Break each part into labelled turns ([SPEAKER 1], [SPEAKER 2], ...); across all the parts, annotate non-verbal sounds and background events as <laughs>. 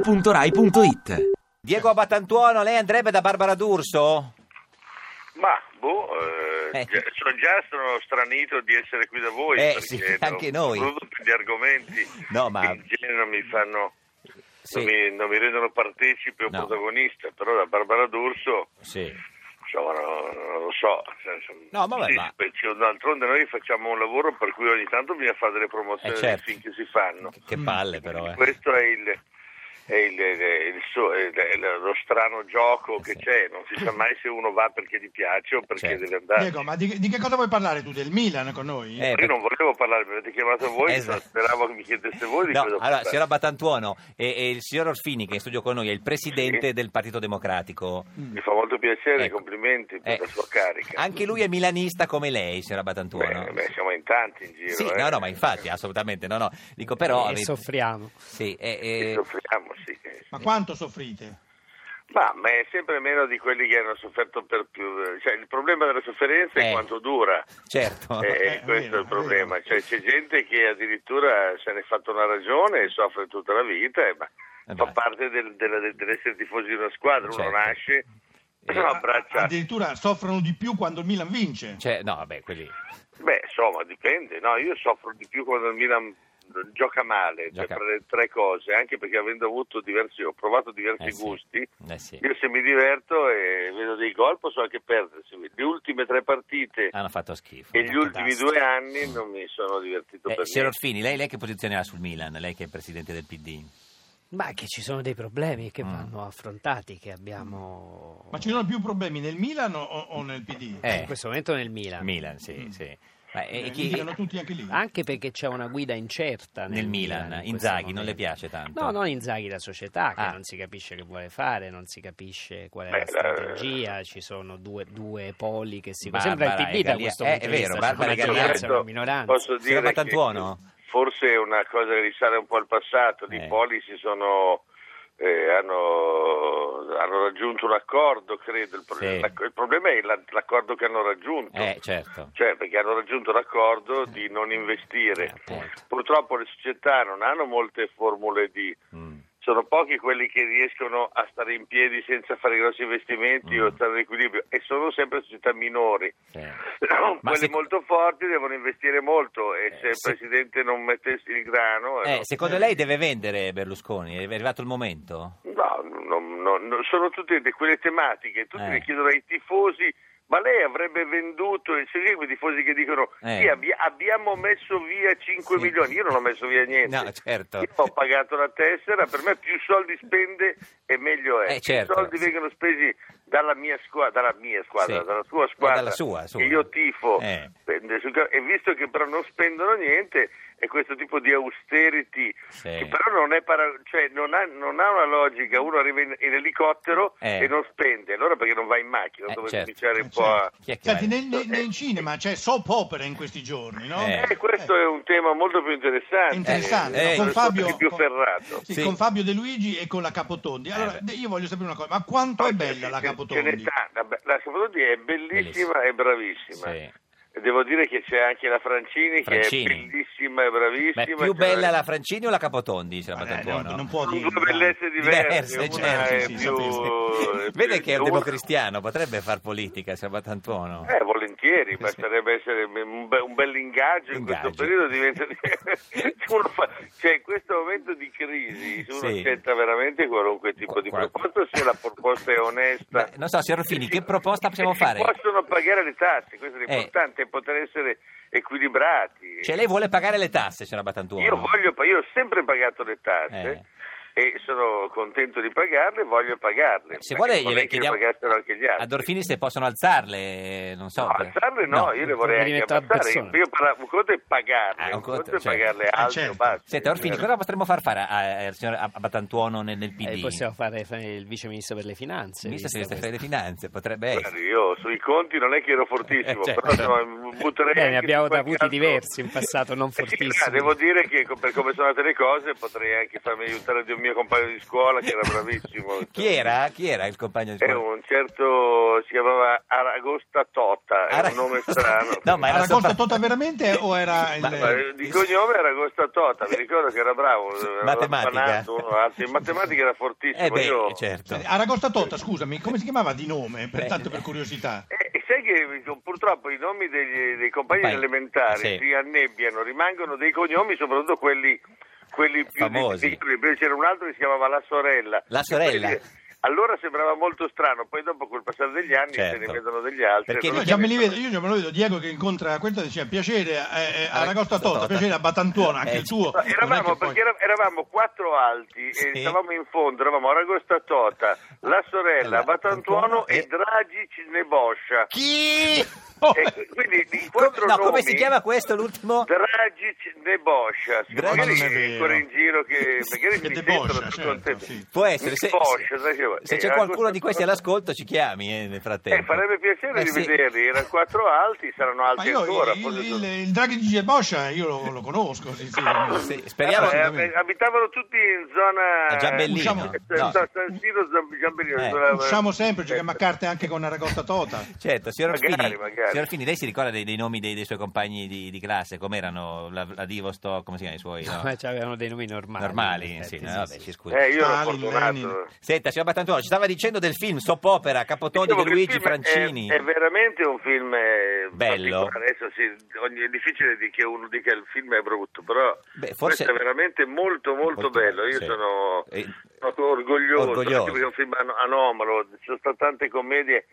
[SPEAKER 1] radio2pod.rai.it
[SPEAKER 2] Diego Abatantuono, lei andrebbe da Barbara D'Urso?
[SPEAKER 3] Ma boh, eh,
[SPEAKER 2] Eh.
[SPEAKER 3] già- sono già sono stranito di essere qui da voi.
[SPEAKER 2] Eh,
[SPEAKER 3] perché
[SPEAKER 2] sì, anche
[SPEAKER 3] non-
[SPEAKER 2] noi.
[SPEAKER 3] Soprattutto gli argomenti
[SPEAKER 2] No, ma-
[SPEAKER 3] che in genere non mi fanno.
[SPEAKER 2] Sì.
[SPEAKER 3] Non, mi, non mi rendono partecipe o
[SPEAKER 2] No.
[SPEAKER 3] protagonista, però da Barbara D'Urso,
[SPEAKER 2] Sì.
[SPEAKER 3] insomma, no- non lo so. nel senso-
[SPEAKER 2] No, vabbè,
[SPEAKER 3] sì,
[SPEAKER 2] ma-
[SPEAKER 3] beh, cioè, d'altronde noi facciamo un lavoro per cui ogni tanto bisogna fare delle promozioni
[SPEAKER 2] Eh,
[SPEAKER 3] dei
[SPEAKER 2] certo.
[SPEAKER 3] film che si fanno.
[SPEAKER 2] Che palle però, eh.
[SPEAKER 3] Questo è il, è il- è il suo- è lo strano gioco che c'è, non si sa mai se uno va perché gli piace o perché
[SPEAKER 2] Certo.
[SPEAKER 3] deve andare.
[SPEAKER 4] Diego, ma di, di che cosa vuoi parlare tu? Del Milan con noi?
[SPEAKER 2] Eh,
[SPEAKER 3] Io non volevo parlare, mi avete chiamato voi,
[SPEAKER 2] Esatto.
[SPEAKER 3] speravo che mi chiedeste voi di
[SPEAKER 2] No,
[SPEAKER 3] cosa
[SPEAKER 2] allora,
[SPEAKER 3] parlare.
[SPEAKER 2] signora Batantuono e, e il signor Orfini, che è in studio con noi, è il presidente del Partito Democratico.
[SPEAKER 3] Mi fa molto piacere,
[SPEAKER 2] Ecco.
[SPEAKER 3] complimenti per
[SPEAKER 2] Eh,
[SPEAKER 3] la sua carica.
[SPEAKER 2] Anche lui è milanista come lei, signora
[SPEAKER 3] Beh,
[SPEAKER 2] Batantuono.
[SPEAKER 3] beh, siamo in tanti in giro.
[SPEAKER 2] Sì,
[SPEAKER 3] eh.
[SPEAKER 2] no, no, ma infatti, assolutamente, no, no. Dico però...
[SPEAKER 5] e
[SPEAKER 2] avete-
[SPEAKER 5] soffriamo.
[SPEAKER 2] Sì, eh,
[SPEAKER 3] Ci
[SPEAKER 2] eh,
[SPEAKER 3] Soffriamo, sì.
[SPEAKER 4] Ma quanto soffrite?
[SPEAKER 3] Ma, ma è sempre meno di quelli che hanno sofferto per più. Cioè, il problema della sofferenza
[SPEAKER 2] Eh.
[SPEAKER 3] è quanto dura. <laughs>
[SPEAKER 2] certo.
[SPEAKER 3] Eh,
[SPEAKER 4] Eh,
[SPEAKER 3] questo
[SPEAKER 4] vero,
[SPEAKER 3] è
[SPEAKER 4] è
[SPEAKER 3] il problema, cioè, c'è gente che addirittura se ne è fatta una ragione e soffre tutta la vita, eh, ma
[SPEAKER 2] Eh,
[SPEAKER 3] fa
[SPEAKER 2] beh.
[SPEAKER 3] parte del- della- del- dell'essere tifosi di una squadra,
[SPEAKER 2] Certo.
[SPEAKER 3] uno nasce,
[SPEAKER 2] Eh,
[SPEAKER 3] no, cioè. abbraccia,
[SPEAKER 4] Addirittura soffrono di più quando il Milan vince.
[SPEAKER 2] Cioè, no, vabbè, quelli...
[SPEAKER 3] beh insomma dipende, no, io soffro di più quando il Milan gioca male, cioè,
[SPEAKER 2] Gioca-
[SPEAKER 3] per le tre cose, anche perché avendo avuto diversi, ho provato diversi
[SPEAKER 2] Eh, sì.
[SPEAKER 3] gusti,
[SPEAKER 2] Eh, sì.
[SPEAKER 3] io se mi diverto e vedo dei gol posso anche perdere, Se- le ultime tre partite
[SPEAKER 2] Hanno fatto schifo.
[SPEAKER 3] Eh, e gli ultimi
[SPEAKER 5] basta.
[SPEAKER 3] due anni non mi sono divertito
[SPEAKER 2] Eh,
[SPEAKER 3] per
[SPEAKER 2] signor
[SPEAKER 3] niente.
[SPEAKER 2] Orfini, lei, lei che posizione ha sul Milan? Lei che è il presidente del PD?
[SPEAKER 5] Ma che ci sono dei problemi che
[SPEAKER 2] Mm.
[SPEAKER 5] vanno affrontati, che abbiamo
[SPEAKER 4] Ma ci sono più problemi nel Milan o, o nel PD?
[SPEAKER 2] Eh,
[SPEAKER 5] in questo momento nel Milan.
[SPEAKER 2] Milan, sì, sì. Ma, eh,
[SPEAKER 4] Eh,
[SPEAKER 2] chi-
[SPEAKER 4] litigano tutti anche lì.
[SPEAKER 5] Anche perché c'è una guida incerta nel,
[SPEAKER 2] Nel Milan,
[SPEAKER 5] in questo
[SPEAKER 2] Inzaghi, non
[SPEAKER 5] momento.
[SPEAKER 2] le piace tanto?
[SPEAKER 5] No, non Inzaghi, la società che
[SPEAKER 2] Ah.
[SPEAKER 5] non si capisce che vuole fare, non si capisce qual è
[SPEAKER 3] Beh,
[SPEAKER 5] la
[SPEAKER 3] la-
[SPEAKER 5] strategia, ci sono due, due poli che si...
[SPEAKER 2] Barbara
[SPEAKER 5] Sembra il
[SPEAKER 2] e
[SPEAKER 5] PD da
[SPEAKER 2] Gallia-
[SPEAKER 5] questo
[SPEAKER 2] eh,
[SPEAKER 5] punto
[SPEAKER 2] è
[SPEAKER 5] di
[SPEAKER 2] vero,
[SPEAKER 5] vista,
[SPEAKER 2] Barbara
[SPEAKER 5] c'è
[SPEAKER 2] e
[SPEAKER 5] una
[SPEAKER 2] Gallia-
[SPEAKER 5] maggioranza, una
[SPEAKER 3] Certo,
[SPEAKER 5] minoranza.
[SPEAKER 3] Posso
[SPEAKER 2] Signora
[SPEAKER 3] dire
[SPEAKER 2] Pattantuono?
[SPEAKER 3] che forse è una cosa che risale un po' al passato,
[SPEAKER 2] Eh.
[SPEAKER 3] i poli si sono eh, hanno, hanno raggiunto un accordo, credo. Il problema,
[SPEAKER 2] Sì.
[SPEAKER 3] la- il problema è la- l'accordo che hanno raggiunto.
[SPEAKER 2] Eh, certo.
[SPEAKER 3] Cioè, perché hanno raggiunto l'accordo di non investire.
[SPEAKER 2] Eh, appunto.
[SPEAKER 3] Purtroppo le società non hanno molte formule di.
[SPEAKER 2] Mm.
[SPEAKER 3] Sono pochi quelli che riescono a stare in piedi senza fare grossi investimenti
[SPEAKER 2] Mm.
[SPEAKER 3] o stare in equilibrio, e sono sempre società minori.
[SPEAKER 2] Sì. Ma
[SPEAKER 3] Quelli
[SPEAKER 2] se-
[SPEAKER 3] molto forti devono investire molto e se il
[SPEAKER 2] se-
[SPEAKER 3] presidente non mettesse il grano... eh,
[SPEAKER 2] Eh, secondo lei deve vendere Berlusconi? È arrivato il momento?
[SPEAKER 3] no, no, no, no, sono tutte de- quelle tematiche, tutti
[SPEAKER 2] Eh.
[SPEAKER 3] le chiedono ai tifosi, ma lei avrebbe venduto, e se lì quei tifosi che dicono
[SPEAKER 2] Eh.
[SPEAKER 3] sì, abbi- abbiamo messo via 5
[SPEAKER 2] Sì.
[SPEAKER 3] milioni, io non ho messo via niente.
[SPEAKER 2] No, certo.
[SPEAKER 3] Io ho pagato la tessera, per me più soldi spende e meglio è.
[SPEAKER 2] Eh, certo.
[SPEAKER 3] I soldi vengono spesi dalla mia squadra, dalla mia squadra,
[SPEAKER 2] Sì.
[SPEAKER 3] dalla sua
[SPEAKER 2] Eh,
[SPEAKER 3] squadra,
[SPEAKER 2] dalla sua, sua.
[SPEAKER 3] che io tifo.
[SPEAKER 2] Eh.
[SPEAKER 3] Spende sul ca- E visto che però non spendono niente, è questo tipo di austerity,
[SPEAKER 2] Sì.
[SPEAKER 3] che però non, è para- cioè, non, ha, non ha una logica. Uno arriva in, in elicottero
[SPEAKER 2] Eh.
[SPEAKER 3] e non spende, allora perché non va in macchina?
[SPEAKER 2] Eh,
[SPEAKER 3] Dove
[SPEAKER 2] certo.
[SPEAKER 3] cominciare un
[SPEAKER 4] Eh,
[SPEAKER 3] po' a.
[SPEAKER 2] Chi è che
[SPEAKER 4] Senti,
[SPEAKER 2] va-
[SPEAKER 4] nel, nel- nel cinema c'è soap opera in questi giorni, no?
[SPEAKER 2] Eh.
[SPEAKER 3] Eh, questo è un tema molto più interessante.
[SPEAKER 4] Interessante,
[SPEAKER 2] Eh,
[SPEAKER 4] no?
[SPEAKER 2] eh,
[SPEAKER 4] con,
[SPEAKER 3] sono
[SPEAKER 4] Fabio,
[SPEAKER 3] più
[SPEAKER 4] con-
[SPEAKER 3] ferrato.
[SPEAKER 4] sì,
[SPEAKER 2] Sì.
[SPEAKER 4] con Fabio De Luigi e con la Capotondi. Allora,
[SPEAKER 2] Eh, beh.
[SPEAKER 4] io voglio sapere una cosa, ma quanto è bella la
[SPEAKER 3] Ce- ce n'è
[SPEAKER 4] Capotondi?
[SPEAKER 3] tanta. Beh, La Capotondi è bellissima
[SPEAKER 2] Bellissima.
[SPEAKER 3] e bravissima.
[SPEAKER 2] Sì.
[SPEAKER 3] E Devo dire che c'è anche la Francini,
[SPEAKER 2] Francini.
[SPEAKER 3] che è bellissima
[SPEAKER 2] Ma
[SPEAKER 3] e bravissima.
[SPEAKER 2] è più
[SPEAKER 3] Cioè,
[SPEAKER 2] bella la Francini o la Capotondi? signora
[SPEAKER 4] Ma, eh,
[SPEAKER 2] Batantuono?
[SPEAKER 4] no, non può
[SPEAKER 3] sono
[SPEAKER 4] dire.
[SPEAKER 3] due bellezze diverse,
[SPEAKER 2] Diverse,
[SPEAKER 3] una
[SPEAKER 2] certo,
[SPEAKER 3] è
[SPEAKER 4] sì,
[SPEAKER 3] più,
[SPEAKER 4] sapevo.
[SPEAKER 3] è più-
[SPEAKER 2] Vede
[SPEAKER 3] <laughs>
[SPEAKER 2] che è un
[SPEAKER 3] una-
[SPEAKER 2] democristiano, potrebbe far politica, signora Batantuono.
[SPEAKER 3] Eh, volentieri,
[SPEAKER 2] Sì.
[SPEAKER 3] basterebbe essere un, be- un bel ingaggio in
[SPEAKER 2] Ingaggio.
[SPEAKER 3] questo periodo. Diventa... <laughs> uno fa- Cioè, in questo momento di crisi, se uno
[SPEAKER 2] Sì.
[SPEAKER 3] accetta veramente qualunque tipo di
[SPEAKER 2] Qua- qua-
[SPEAKER 3] proposta, se la proposta è onesta.
[SPEAKER 2] Beh, non so, signor Ruffini, che proposta possiamo
[SPEAKER 3] E si
[SPEAKER 2] fare?
[SPEAKER 3] Possono pagare le tasse, questo è
[SPEAKER 2] Eh.
[SPEAKER 3] l'importante, è poter essere equilibrati.
[SPEAKER 2] Cioè, lei vuole pagare le tasse, signora Batantuono?
[SPEAKER 3] Io, voglio, pa- io ho sempre pagato le tasse. E sono contento di pagarle, voglio pagarle.
[SPEAKER 2] Eh. Se
[SPEAKER 3] Ma
[SPEAKER 2] vuole
[SPEAKER 3] vorrei
[SPEAKER 2] gliele
[SPEAKER 3] che le
[SPEAKER 2] chiediamo
[SPEAKER 3] pagassero anche gli altri.
[SPEAKER 2] ad Orfini se possono alzarle, non so.
[SPEAKER 3] No,
[SPEAKER 2] per-
[SPEAKER 3] alzarle no, io le vorrei anche
[SPEAKER 5] provvedimento ad
[SPEAKER 3] abbassare.
[SPEAKER 5] persona.
[SPEAKER 3] Io parlavo, un conto è pagarle,
[SPEAKER 2] Ah, un
[SPEAKER 3] un
[SPEAKER 2] conto,
[SPEAKER 3] conto, è
[SPEAKER 2] certo.
[SPEAKER 3] pagarle
[SPEAKER 4] Eh,
[SPEAKER 3] alto,
[SPEAKER 4] certo.
[SPEAKER 3] basta.
[SPEAKER 2] Senta, Orfini,
[SPEAKER 3] Eh,
[SPEAKER 2] cosa potremmo far fare a- a- al signor Ab- Abatantuono nel, nel PD?
[SPEAKER 5] Eh, possiamo fare fare il vice ministro per le finanze.
[SPEAKER 2] Ministro
[SPEAKER 5] vista
[SPEAKER 2] delle
[SPEAKER 5] questa-
[SPEAKER 2] delle Finanze, potrebbe essere.
[SPEAKER 3] guarda, Io sui conti non è che ero fortissimo,
[SPEAKER 2] Eh, certo.
[SPEAKER 3] però insomma, butterei
[SPEAKER 5] Beh, ne
[SPEAKER 3] anche
[SPEAKER 5] abbiamo
[SPEAKER 3] su qualche
[SPEAKER 5] avuti
[SPEAKER 3] altro-
[SPEAKER 5] diversi in passato, non
[SPEAKER 3] Eh <laughs> sì,
[SPEAKER 5] fortissimi.
[SPEAKER 3] ma devo dire che co- per come sono andate le cose potrei anche farmi aiutare di un mio mio compagno di scuola che era bravissimo.
[SPEAKER 2] <laughs> Chi era? Chi era il compagno di
[SPEAKER 3] Era
[SPEAKER 2] scuola?
[SPEAKER 3] un certo, si chiamava Aragosta Tota, era
[SPEAKER 2] Ara- <laughs>
[SPEAKER 3] un nome strano.
[SPEAKER 2] No, ma era
[SPEAKER 4] Aragosta
[SPEAKER 2] sopra-
[SPEAKER 4] Tota veramente o era il-
[SPEAKER 2] Ma-
[SPEAKER 3] Ma, eh, di cognome era Costa Tota, mi ricordo che era bravo, era
[SPEAKER 2] eh, Matematica. <laughs>
[SPEAKER 3] appanato, uno alto. in matematica era fortissimo.
[SPEAKER 2] Eh beh,
[SPEAKER 3] io-
[SPEAKER 2] certo.
[SPEAKER 4] Senti, Aragosta Tota, scusami, come si chiamava di nome? Per,
[SPEAKER 2] Beh.
[SPEAKER 4] tanto per curiosità.
[SPEAKER 3] Eh, sai che purtroppo i nomi degli- dei compagni
[SPEAKER 2] Vai.
[SPEAKER 3] elementari
[SPEAKER 2] Sì.
[SPEAKER 3] si annebbiano, rimangono dei cognomi, soprattutto quelli, quelli più
[SPEAKER 2] Famosi.
[SPEAKER 3] difficili. Perché C'era un altro che si chiamava La Sorella.
[SPEAKER 2] La Sorella?
[SPEAKER 3] E poi, eh, Allora sembrava molto strano, poi dopo col passare degli anni
[SPEAKER 2] Certo.
[SPEAKER 3] se ne vedono degli altri.
[SPEAKER 2] Perché diciamo,
[SPEAKER 3] e allora
[SPEAKER 4] Io
[SPEAKER 2] non
[SPEAKER 3] si
[SPEAKER 4] già me li vedo,
[SPEAKER 3] mettono-
[SPEAKER 4] io già me lo vedo Diego che incontra questa e dice piacere eh, eh,
[SPEAKER 2] Aragosta
[SPEAKER 4] Aragosta Tota,
[SPEAKER 2] Tota.
[SPEAKER 4] piacere a Batantuono,
[SPEAKER 2] Eh,
[SPEAKER 4] anche il tuo.
[SPEAKER 3] Ma
[SPEAKER 4] Non è
[SPEAKER 3] Eravamo,
[SPEAKER 4] che poi-
[SPEAKER 3] perché era- eravamo quattro alti e
[SPEAKER 2] Sì.
[SPEAKER 3] stavamo in fondo, eravamo Aragosta Tota, la sorella,
[SPEAKER 2] Allora,
[SPEAKER 3] Batantuono
[SPEAKER 2] e-
[SPEAKER 3] e Draghi Cineboscia.
[SPEAKER 2] Chi?
[SPEAKER 3] E quindi i
[SPEAKER 2] Come-
[SPEAKER 3] quattro
[SPEAKER 2] no, come
[SPEAKER 3] nomi-
[SPEAKER 2] si chiama questo l'ultimo?
[SPEAKER 3] Dragic De Boscia,
[SPEAKER 2] Dragic-
[SPEAKER 3] magari
[SPEAKER 4] Ma non è
[SPEAKER 3] è
[SPEAKER 4] vero.
[SPEAKER 3] ancora in giro che magari mi
[SPEAKER 4] Che De
[SPEAKER 3] sentono
[SPEAKER 4] Boscia,
[SPEAKER 3] tutto
[SPEAKER 4] certo,
[SPEAKER 3] il tempo.
[SPEAKER 4] sì.
[SPEAKER 2] Può essere, se,
[SPEAKER 3] De
[SPEAKER 2] se-
[SPEAKER 3] Boscia, sai che-
[SPEAKER 2] se
[SPEAKER 3] eh,
[SPEAKER 2] c'è
[SPEAKER 3] era
[SPEAKER 2] qualcuno
[SPEAKER 3] questo-
[SPEAKER 2] di questi all'ascolto ci chiami eh, nel frattempo.
[SPEAKER 3] Eh, farebbe piacere
[SPEAKER 2] Eh, sì.
[SPEAKER 3] rivederli, erano quattro alti, saranno
[SPEAKER 4] Ma
[SPEAKER 3] alti
[SPEAKER 4] io
[SPEAKER 3] ancora.
[SPEAKER 4] il,
[SPEAKER 3] forse
[SPEAKER 4] il,
[SPEAKER 3] sono-
[SPEAKER 4] il, il Draghi di Gigi Boscia io lo, lo conosco. Sì, sì.
[SPEAKER 2] Sì, speriamo-
[SPEAKER 3] Eh, eh, abitavano tutti in zona
[SPEAKER 2] A Giambellino.
[SPEAKER 4] Usciamo-
[SPEAKER 3] Eh,
[SPEAKER 2] No.
[SPEAKER 3] San San Siro, Zamb- Giambellino.
[SPEAKER 2] Eh,
[SPEAKER 3] zona-
[SPEAKER 4] Usciamo sempre, giochiamo a
[SPEAKER 3] Eh,
[SPEAKER 4] carte anche con Aragosta Tota.
[SPEAKER 2] Certo, signor
[SPEAKER 3] Magari,
[SPEAKER 2] Orfini,
[SPEAKER 3] magari.
[SPEAKER 2] signor Orfini, lei si ricorda dei, dei nomi dei, dei suoi compagni di, di classe? Com'erano la, la Divostock, come si chiamano i suoi? no?
[SPEAKER 5] <laughs> Ma c'avevano Cioè, dei nomi normali.
[SPEAKER 2] Normali,
[SPEAKER 5] in
[SPEAKER 2] sì,
[SPEAKER 5] effetti,
[SPEAKER 2] no,
[SPEAKER 5] sì,
[SPEAKER 2] vabbè,
[SPEAKER 5] sì.
[SPEAKER 2] ci scusi.
[SPEAKER 3] Eh, io ero
[SPEAKER 4] Stalin,
[SPEAKER 3] fortunato.
[SPEAKER 4] Lenin.
[SPEAKER 2] Senta, signor Batantuono, ci stava dicendo del film Soap Opera, Capotondi
[SPEAKER 3] Diciamo
[SPEAKER 2] di
[SPEAKER 3] che il
[SPEAKER 2] Luigi
[SPEAKER 3] film è-
[SPEAKER 2] Francini.
[SPEAKER 3] È, veramente un film eh,
[SPEAKER 2] Bello.
[SPEAKER 3] particolare. Adesso sì, ogni- è difficile di che uno dica il film è brutto, però
[SPEAKER 2] Beh, forse-
[SPEAKER 3] questo è veramente molto molto,
[SPEAKER 2] Molto
[SPEAKER 3] bello. Io
[SPEAKER 2] sì.
[SPEAKER 3] sono,
[SPEAKER 2] Eh,
[SPEAKER 3] sono orgoglioso,
[SPEAKER 2] orgoglioso.
[SPEAKER 3] anche perché è un film an- anomalo. Ci sono state tante commedie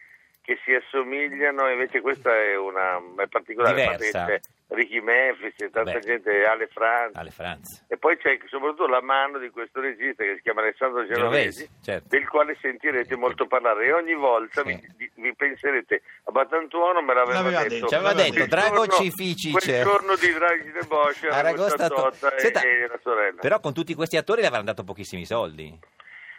[SPEAKER 3] che si assomigliano, invece questa è una è particolare. a parte che
[SPEAKER 2] Diversa.
[SPEAKER 3] c'è Ricky Memphis, c'è tanta
[SPEAKER 2] Beh.
[SPEAKER 3] gente, Ale Franz.
[SPEAKER 2] Alle Franz.
[SPEAKER 3] E poi c'è soprattutto la mano di questo regista che si chiama Alessandro Genovesi,
[SPEAKER 2] Genovesi, certo.
[SPEAKER 3] del quale sentirete molto parlare. E ogni volta vi,
[SPEAKER 2] Sì.
[SPEAKER 3] di- vi penserete a Batantuono me l'aveva
[SPEAKER 4] L'aveva
[SPEAKER 3] detto.
[SPEAKER 4] detto,
[SPEAKER 2] Ci aveva
[SPEAKER 4] L'aveva
[SPEAKER 2] detto
[SPEAKER 3] Quel
[SPEAKER 2] Drago
[SPEAKER 3] giorno-
[SPEAKER 2] Cificice.
[SPEAKER 3] Quel giorno di Draghi De Bosch, Aragosta Totta e,
[SPEAKER 2] Senta,
[SPEAKER 3] e la sorella.
[SPEAKER 2] Però con tutti questi attori le avranno dato pochissimi soldi.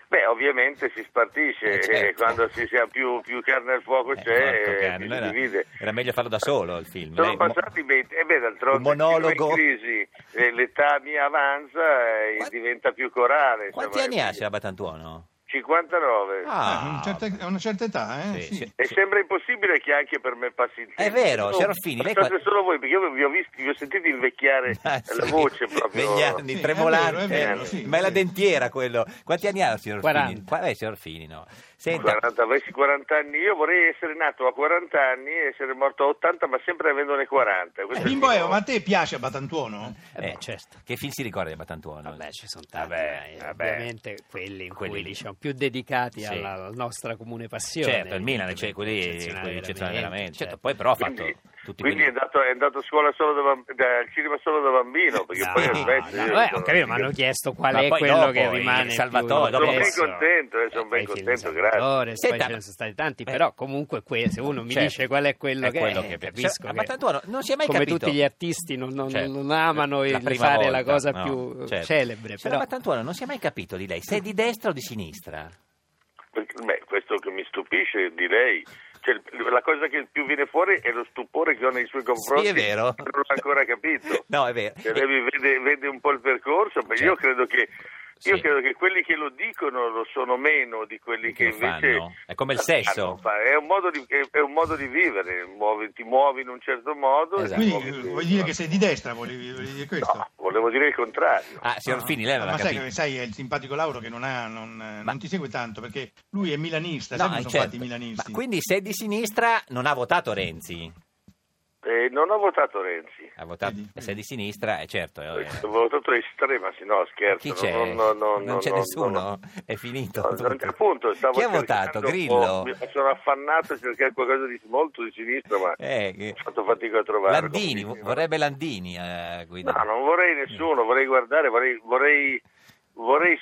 [SPEAKER 3] Beh, ovviamente si spartisce
[SPEAKER 2] Eh, certo.
[SPEAKER 3] e quando si, si ha più, più carne al fuoco
[SPEAKER 2] Eh,
[SPEAKER 3] c'è
[SPEAKER 2] porco
[SPEAKER 3] e
[SPEAKER 2] cane,
[SPEAKER 3] si
[SPEAKER 2] allora
[SPEAKER 3] divide.
[SPEAKER 2] era meglio farlo da solo il film.
[SPEAKER 3] Sono
[SPEAKER 2] Lei- mo-
[SPEAKER 3] passati 20 e beh,
[SPEAKER 2] un
[SPEAKER 3] d'altronde
[SPEAKER 2] monologo.
[SPEAKER 3] in crisi, eh, l'età mia avanza e
[SPEAKER 2] Quant-
[SPEAKER 3] diventa più corale.
[SPEAKER 2] Quanti
[SPEAKER 3] insomma,
[SPEAKER 2] anni
[SPEAKER 3] e
[SPEAKER 2] ha
[SPEAKER 3] quindi- Eh,
[SPEAKER 2] Sera Batantuono?
[SPEAKER 3] 59.
[SPEAKER 4] Ah, un certo- a una certa età, eh?
[SPEAKER 2] Sì,
[SPEAKER 4] Sì.
[SPEAKER 2] sì.
[SPEAKER 3] E sembra impossibile che anche per me passi il tempo.
[SPEAKER 2] È vero,
[SPEAKER 3] Io-
[SPEAKER 2] signor Fini, lei
[SPEAKER 3] Pensate
[SPEAKER 2] qua-
[SPEAKER 3] solo voi, perché io vi ho, visti, vi ho sentito invecchiare
[SPEAKER 2] <laughs> <laughs> Ah, sì.
[SPEAKER 3] la voce proprio.
[SPEAKER 2] Negli anni,
[SPEAKER 4] Sì, è
[SPEAKER 2] tremolante.
[SPEAKER 4] vero, è vero, sì,
[SPEAKER 2] ma è la
[SPEAKER 4] sì.
[SPEAKER 2] dentiera quello. Quanti anni ha il signor
[SPEAKER 5] 40.
[SPEAKER 2] Fini? Qua- eh, signor Fini, no. Senta,
[SPEAKER 3] 40, avessi 40 anni, io vorrei essere nato a 40 anni e essere morto a 80, ma sempre avendone 40. Questo è il
[SPEAKER 4] Eh, Bimbo
[SPEAKER 3] mio-
[SPEAKER 4] Eo, ma a te piace a Batantuono?
[SPEAKER 5] Eh, beh, certo.
[SPEAKER 2] Che film si ricorda di Batantuono?
[SPEAKER 5] Vabbè, ci sono tanti,
[SPEAKER 2] Vabbè,
[SPEAKER 5] dai,
[SPEAKER 2] vabbè.
[SPEAKER 5] ovviamente quelli in
[SPEAKER 2] Quelli
[SPEAKER 5] cui
[SPEAKER 2] lì.
[SPEAKER 5] diciamo più dedicati
[SPEAKER 2] Sì.
[SPEAKER 5] alla, alla nostra comune passione.
[SPEAKER 2] certo, il Milan, cioè, quelli
[SPEAKER 5] Eccezionale,
[SPEAKER 2] quelli eccezionali
[SPEAKER 5] veramente,
[SPEAKER 2] veramente. Certo,
[SPEAKER 5] certo.
[SPEAKER 2] poi però ha fatto
[SPEAKER 3] Quindi,
[SPEAKER 2] tutti
[SPEAKER 3] quindi è,
[SPEAKER 2] quelli...
[SPEAKER 3] andato, è andato a scuola solo da, bamb- da- al cinema solo da bambino, perché
[SPEAKER 2] Ah,
[SPEAKER 5] No,
[SPEAKER 3] poi
[SPEAKER 5] no,
[SPEAKER 3] aspetta,
[SPEAKER 5] no,
[SPEAKER 3] io
[SPEAKER 5] eh,
[SPEAKER 3] sono-
[SPEAKER 5] ho capito, mi hanno chiesto qual
[SPEAKER 2] Ma
[SPEAKER 5] è
[SPEAKER 2] poi
[SPEAKER 5] quello
[SPEAKER 2] dopo
[SPEAKER 5] che
[SPEAKER 2] il
[SPEAKER 5] rimane
[SPEAKER 2] Salvatore,
[SPEAKER 5] più
[SPEAKER 2] dopo-
[SPEAKER 3] Sono ben contento, eh, sono ben
[SPEAKER 5] Eh, poi il
[SPEAKER 3] contento,
[SPEAKER 5] Salvatore,
[SPEAKER 3] grazie.
[SPEAKER 5] poi
[SPEAKER 2] Senta,
[SPEAKER 5] ce ne sono stati tanti
[SPEAKER 2] beh,
[SPEAKER 5] però comunque que- se uno mi
[SPEAKER 2] certo,
[SPEAKER 5] dice qual è quello
[SPEAKER 2] eh. è
[SPEAKER 5] che
[SPEAKER 2] quello
[SPEAKER 5] è, eh,
[SPEAKER 2] che-
[SPEAKER 5] capisco
[SPEAKER 2] cioè,
[SPEAKER 5] che
[SPEAKER 2] ma tanto no- non si è mai
[SPEAKER 5] come
[SPEAKER 2] capito.
[SPEAKER 5] tutti gli artisti non, non-
[SPEAKER 2] Certo.
[SPEAKER 5] non amano
[SPEAKER 2] La
[SPEAKER 5] il
[SPEAKER 2] prima
[SPEAKER 5] fare la
[SPEAKER 2] volta,
[SPEAKER 5] cosa
[SPEAKER 2] no,
[SPEAKER 5] più
[SPEAKER 2] certo.
[SPEAKER 5] celebre
[SPEAKER 2] Signora
[SPEAKER 5] però
[SPEAKER 2] Batantuono, non si è mai capito di lei, se è di destra o di sinistra?
[SPEAKER 3] Perché, beh, questo che mi stupisce di lei. Cioè, il- la cosa che più viene fuori è lo stupore che ho nei suoi confronti.
[SPEAKER 2] Sì, è vero.
[SPEAKER 3] che Non l'ho ancora capito.
[SPEAKER 2] <laughs> No, è vero.
[SPEAKER 3] Se lei mi vede, vede un po' il percorso, ma
[SPEAKER 2] Certo.
[SPEAKER 3] io credo che. Io
[SPEAKER 2] Sì.
[SPEAKER 3] credo che quelli che lo dicono lo sono meno di quelli
[SPEAKER 2] Che lo
[SPEAKER 3] che, invece
[SPEAKER 2] fanno. È come il
[SPEAKER 3] Ah,
[SPEAKER 2] sesso.
[SPEAKER 3] non fa- È un modo di, è- è un modo di vivere, muovi- ti muovi in un certo modo. e
[SPEAKER 2] Esatto.
[SPEAKER 3] ti
[SPEAKER 4] Quindi
[SPEAKER 3] muovi-
[SPEAKER 4] eh, vuoi dire che sei di destra, volevi, volevi dire questo?
[SPEAKER 3] No, volevo dire il contrario.
[SPEAKER 2] Ah, signor Fini, lei non
[SPEAKER 4] ma
[SPEAKER 2] ha
[SPEAKER 4] sai,
[SPEAKER 2] capito.
[SPEAKER 4] che- sai, è il simpatico Lauro che non, ha, non, eh, non ti segue tanto perché lui è milanista,
[SPEAKER 2] No,
[SPEAKER 4] sai come sono
[SPEAKER 2] certo.
[SPEAKER 4] fatti i milanisti?
[SPEAKER 2] Ma quindi se è di sinistra non ha votato Renzi.
[SPEAKER 3] Eh, non ho votato Renzi.
[SPEAKER 2] Ha votato,
[SPEAKER 4] Vedi,
[SPEAKER 2] se è di sinistra, è certo. eh, eh.
[SPEAKER 3] Ho votato estrema, sì, no, scherzo.
[SPEAKER 2] Chi c'è?
[SPEAKER 3] No, no, no,
[SPEAKER 2] non
[SPEAKER 3] no,
[SPEAKER 2] c'è
[SPEAKER 3] no,
[SPEAKER 2] nessuno?
[SPEAKER 3] no, no.
[SPEAKER 2] È finito.
[SPEAKER 3] No,
[SPEAKER 2] tutto.
[SPEAKER 3] appunto, stavo
[SPEAKER 2] Chi ha
[SPEAKER 3] cercando
[SPEAKER 2] votato?
[SPEAKER 3] un po',
[SPEAKER 2] Grillo?
[SPEAKER 3] mi sono affannato a cercare qualcosa di molto di sinistra, ma
[SPEAKER 2] Eh, che-
[SPEAKER 3] ho fatto fatica a trovarlo.
[SPEAKER 2] Landini,
[SPEAKER 3] Quindi,
[SPEAKER 2] vorrebbe Landini eh, a
[SPEAKER 3] No,
[SPEAKER 2] guidare.
[SPEAKER 3] non vorrei nessuno, vorrei guardare, vorrei, vorrei, vorrei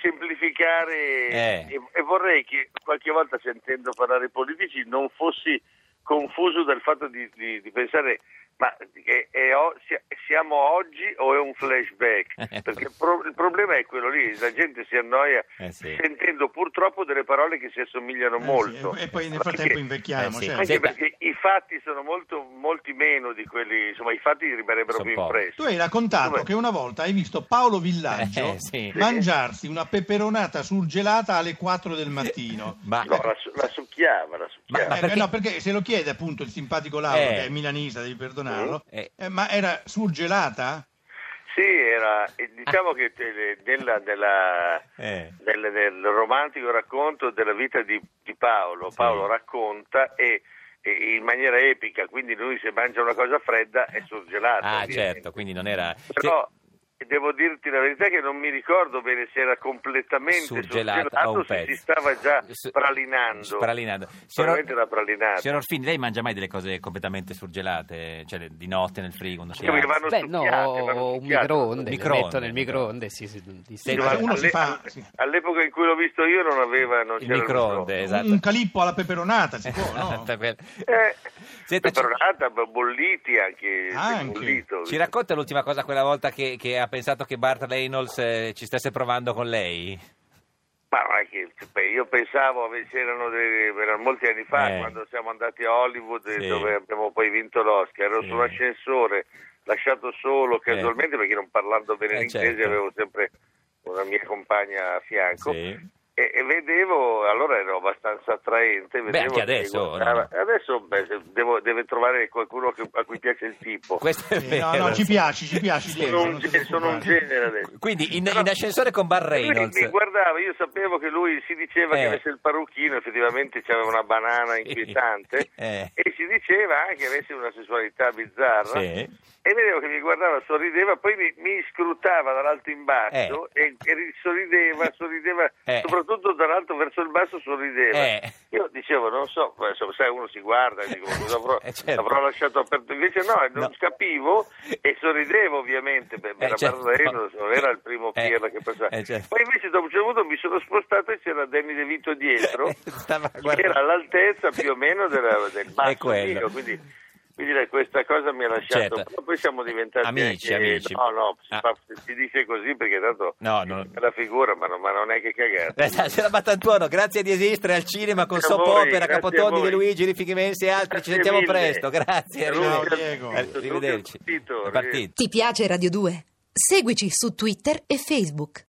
[SPEAKER 3] semplificare
[SPEAKER 2] Eh.
[SPEAKER 3] e, e vorrei che qualche volta sentendo parlare i politici non fossi confuso dal fatto di, di- di pensare ma è- è o- si- siamo oggi o è
[SPEAKER 2] <laughs>
[SPEAKER 3] un flashback? Perché pro- il problema è quello lì, la gente si annoia
[SPEAKER 2] Eh sì.
[SPEAKER 3] sentendo purtroppo delle parole che si assomigliano
[SPEAKER 4] Eh sì,
[SPEAKER 3] molto.
[SPEAKER 4] e, e poi nel
[SPEAKER 3] Perché-
[SPEAKER 4] frattempo invecchiamo,
[SPEAKER 2] Eh sì.
[SPEAKER 4] certo.
[SPEAKER 3] anche
[SPEAKER 2] Senta.
[SPEAKER 3] perché i fatti sono molto, molti meno di quelli, insomma i fatti rimarrebbero
[SPEAKER 2] Sono
[SPEAKER 3] più
[SPEAKER 2] pochi.
[SPEAKER 3] impressi.
[SPEAKER 4] Tu hai raccontato
[SPEAKER 3] Come-
[SPEAKER 4] che una volta hai visto Paolo Villaggio
[SPEAKER 2] Eh, sì.
[SPEAKER 4] mangiarsi una peperonata surgelata alle 4 del mattino.
[SPEAKER 2] <laughs> Ma,
[SPEAKER 3] No, la, su- la succhiava, la succhiava.
[SPEAKER 2] Ma
[SPEAKER 4] Eh,
[SPEAKER 2] perché-
[SPEAKER 4] no, perché se lo chiede appunto il simpatico Lauro,
[SPEAKER 2] Eh.
[SPEAKER 4] che è milanista, devi perdonarlo,
[SPEAKER 3] Mm.
[SPEAKER 2] Eh.
[SPEAKER 4] eh, ma era surgelata?
[SPEAKER 3] Sì, era, e diciamo che te- le- nella- nella-
[SPEAKER 2] eh,
[SPEAKER 3] nel, nel romantico racconto della vita di, di Paolo,
[SPEAKER 2] Sì.
[SPEAKER 3] Paolo racconta e, e in maniera epica, quindi lui se mangia una cosa fredda è surgelata.
[SPEAKER 2] Ah,
[SPEAKER 3] ovviamente.
[SPEAKER 2] certo, quindi non era...
[SPEAKER 3] Però devo dirti la verità che non mi ricordo bene se era completamente
[SPEAKER 2] Surgelata,
[SPEAKER 3] surgelata,
[SPEAKER 2] o un
[SPEAKER 3] o se
[SPEAKER 2] pezzo.
[SPEAKER 3] si stava già
[SPEAKER 2] S-
[SPEAKER 3] pralinando.
[SPEAKER 2] Pralinando. Signor,
[SPEAKER 3] Sicuramente era pralinato.
[SPEAKER 2] signor Orfini, lei mangia mai delle cose completamente surgelate? Cioè le- di notte nel frigo? Non si
[SPEAKER 3] Sì, mi
[SPEAKER 2] alza?
[SPEAKER 3] vanno
[SPEAKER 5] Beh, no,
[SPEAKER 3] succhiate, vanno
[SPEAKER 5] ho un
[SPEAKER 3] succhiate.
[SPEAKER 5] microonde, le
[SPEAKER 2] Microonde,
[SPEAKER 5] metto nel microonde, sì, sì, di-
[SPEAKER 2] Sì,
[SPEAKER 5] sì.
[SPEAKER 4] ma
[SPEAKER 3] Guarda,
[SPEAKER 4] uno si
[SPEAKER 3] alle-
[SPEAKER 4] fa-
[SPEAKER 3] alle-
[SPEAKER 4] sì.
[SPEAKER 3] All'epoca in cui l'ho visto io non aveva non
[SPEAKER 2] Il
[SPEAKER 3] c'era
[SPEAKER 2] microonde, esatto. <laughs>
[SPEAKER 4] Un calippo alla peperonata si può, no?
[SPEAKER 2] Esatto,
[SPEAKER 3] <laughs>
[SPEAKER 2] quel-
[SPEAKER 3] Eh,
[SPEAKER 2] Senta, ci-
[SPEAKER 3] peperonata, ma bolliti anche,
[SPEAKER 4] Anche.
[SPEAKER 3] bollito.
[SPEAKER 2] Ci racconta l'ultima cosa quella volta che, che ha pensato che Bart Reynolds eh, ci stesse provando con lei?
[SPEAKER 3] Ma non è che- beh, io pensavo, c'erano dei- erano molti anni fa,
[SPEAKER 2] Eh.
[SPEAKER 3] quando siamo andati a Hollywood,
[SPEAKER 2] Sì.
[SPEAKER 3] dove abbiamo poi vinto l'Oscar, ero
[SPEAKER 2] Sì.
[SPEAKER 3] sull'ascensore, lasciato solo casualmente, perché non parlando bene
[SPEAKER 2] Eh,
[SPEAKER 3] l'inglese
[SPEAKER 2] certo.
[SPEAKER 3] avevo sempre una mia compagna a fianco.
[SPEAKER 2] Sì.
[SPEAKER 3] E, e vedevo, allora ero abbastanza attraente. Vedevo
[SPEAKER 2] anche
[SPEAKER 3] che
[SPEAKER 2] adesso,
[SPEAKER 3] guardava-
[SPEAKER 2] no?
[SPEAKER 3] Adesso beh, se- devo- deve trovare qualcuno che- a cui piace il tipo.
[SPEAKER 2] Questo è
[SPEAKER 4] Eh, no,
[SPEAKER 2] vero.
[SPEAKER 4] no, ci piaci, ci piaci.
[SPEAKER 2] Sì,
[SPEAKER 4] Diego,
[SPEAKER 3] sono, un,
[SPEAKER 4] non ti
[SPEAKER 3] ge- sono un
[SPEAKER 4] preoccupare.
[SPEAKER 3] genere adesso.
[SPEAKER 2] Quindi in,
[SPEAKER 3] Però-
[SPEAKER 2] in ascensore con Bart Reynolds.
[SPEAKER 3] Lui mi guardava, io sapevo che lui si diceva
[SPEAKER 2] Eh.
[SPEAKER 3] che avesse il parrucchino, effettivamente c'aveva una banana inquietante
[SPEAKER 2] <laughs> Eh.
[SPEAKER 3] e si diceva anche che avesse una sessualità bizzarra.
[SPEAKER 2] Sì.
[SPEAKER 3] E vedevo che mi guardava, sorrideva, poi mi, mi scrutava dall'alto in basso e, e ri- sorrideva, sorrideva,
[SPEAKER 2] Eh.
[SPEAKER 3] soprattutto dall'alto verso il basso sorrideva.
[SPEAKER 2] Eh.
[SPEAKER 3] Io dicevo, non so, poi, insomma, sai, uno si guarda e dico, cosa avrò,
[SPEAKER 2] <laughs> Eh, certo.
[SPEAKER 3] avrò lasciato aperto? Invece no, non
[SPEAKER 2] No.
[SPEAKER 3] capivo e sorridevo ovviamente, beh,
[SPEAKER 2] Eh,
[SPEAKER 3] era
[SPEAKER 2] certo.
[SPEAKER 3] Barreno, non era il primo
[SPEAKER 2] Eh,
[SPEAKER 3] Pierre che passava.
[SPEAKER 2] eh, certo.
[SPEAKER 3] Poi invece dopo un certo punto mi sono spostato e c'era Danny De Vito dietro,
[SPEAKER 2] <laughs> Stava
[SPEAKER 3] che
[SPEAKER 2] guardando.
[SPEAKER 3] era all'altezza più o meno della- del
[SPEAKER 2] È
[SPEAKER 3] basso
[SPEAKER 2] quello.
[SPEAKER 3] mio, quindi, quindi dai, questa cosa mi ha lasciato,
[SPEAKER 2] Certo.
[SPEAKER 3] però poi siamo diventati
[SPEAKER 2] Amici,
[SPEAKER 3] anche-
[SPEAKER 2] amici.
[SPEAKER 3] No, no, si,
[SPEAKER 2] Ah.
[SPEAKER 3] fa- si dice così perché tanto
[SPEAKER 2] No, no.
[SPEAKER 3] è la figura, ma non, ma non è che cagata.
[SPEAKER 2] Eh, Sera Battantuono, grazie di esistere al cinema con
[SPEAKER 3] Grazie a
[SPEAKER 2] Soap
[SPEAKER 3] voi,
[SPEAKER 2] Opera,
[SPEAKER 3] grazie a
[SPEAKER 2] Capotoni,
[SPEAKER 3] voi.
[SPEAKER 2] De Luigi, Rifichimensi e altri. Ci
[SPEAKER 3] Grazie
[SPEAKER 2] sentiamo
[SPEAKER 3] mille.
[SPEAKER 2] presto, grazie.
[SPEAKER 3] Ciao,
[SPEAKER 2] Arrivederci.
[SPEAKER 4] Diego.
[SPEAKER 2] Arrivederci.
[SPEAKER 3] È partito,
[SPEAKER 2] È partito.
[SPEAKER 1] Ti piace Radio 2? Seguici su Twitter e Facebook.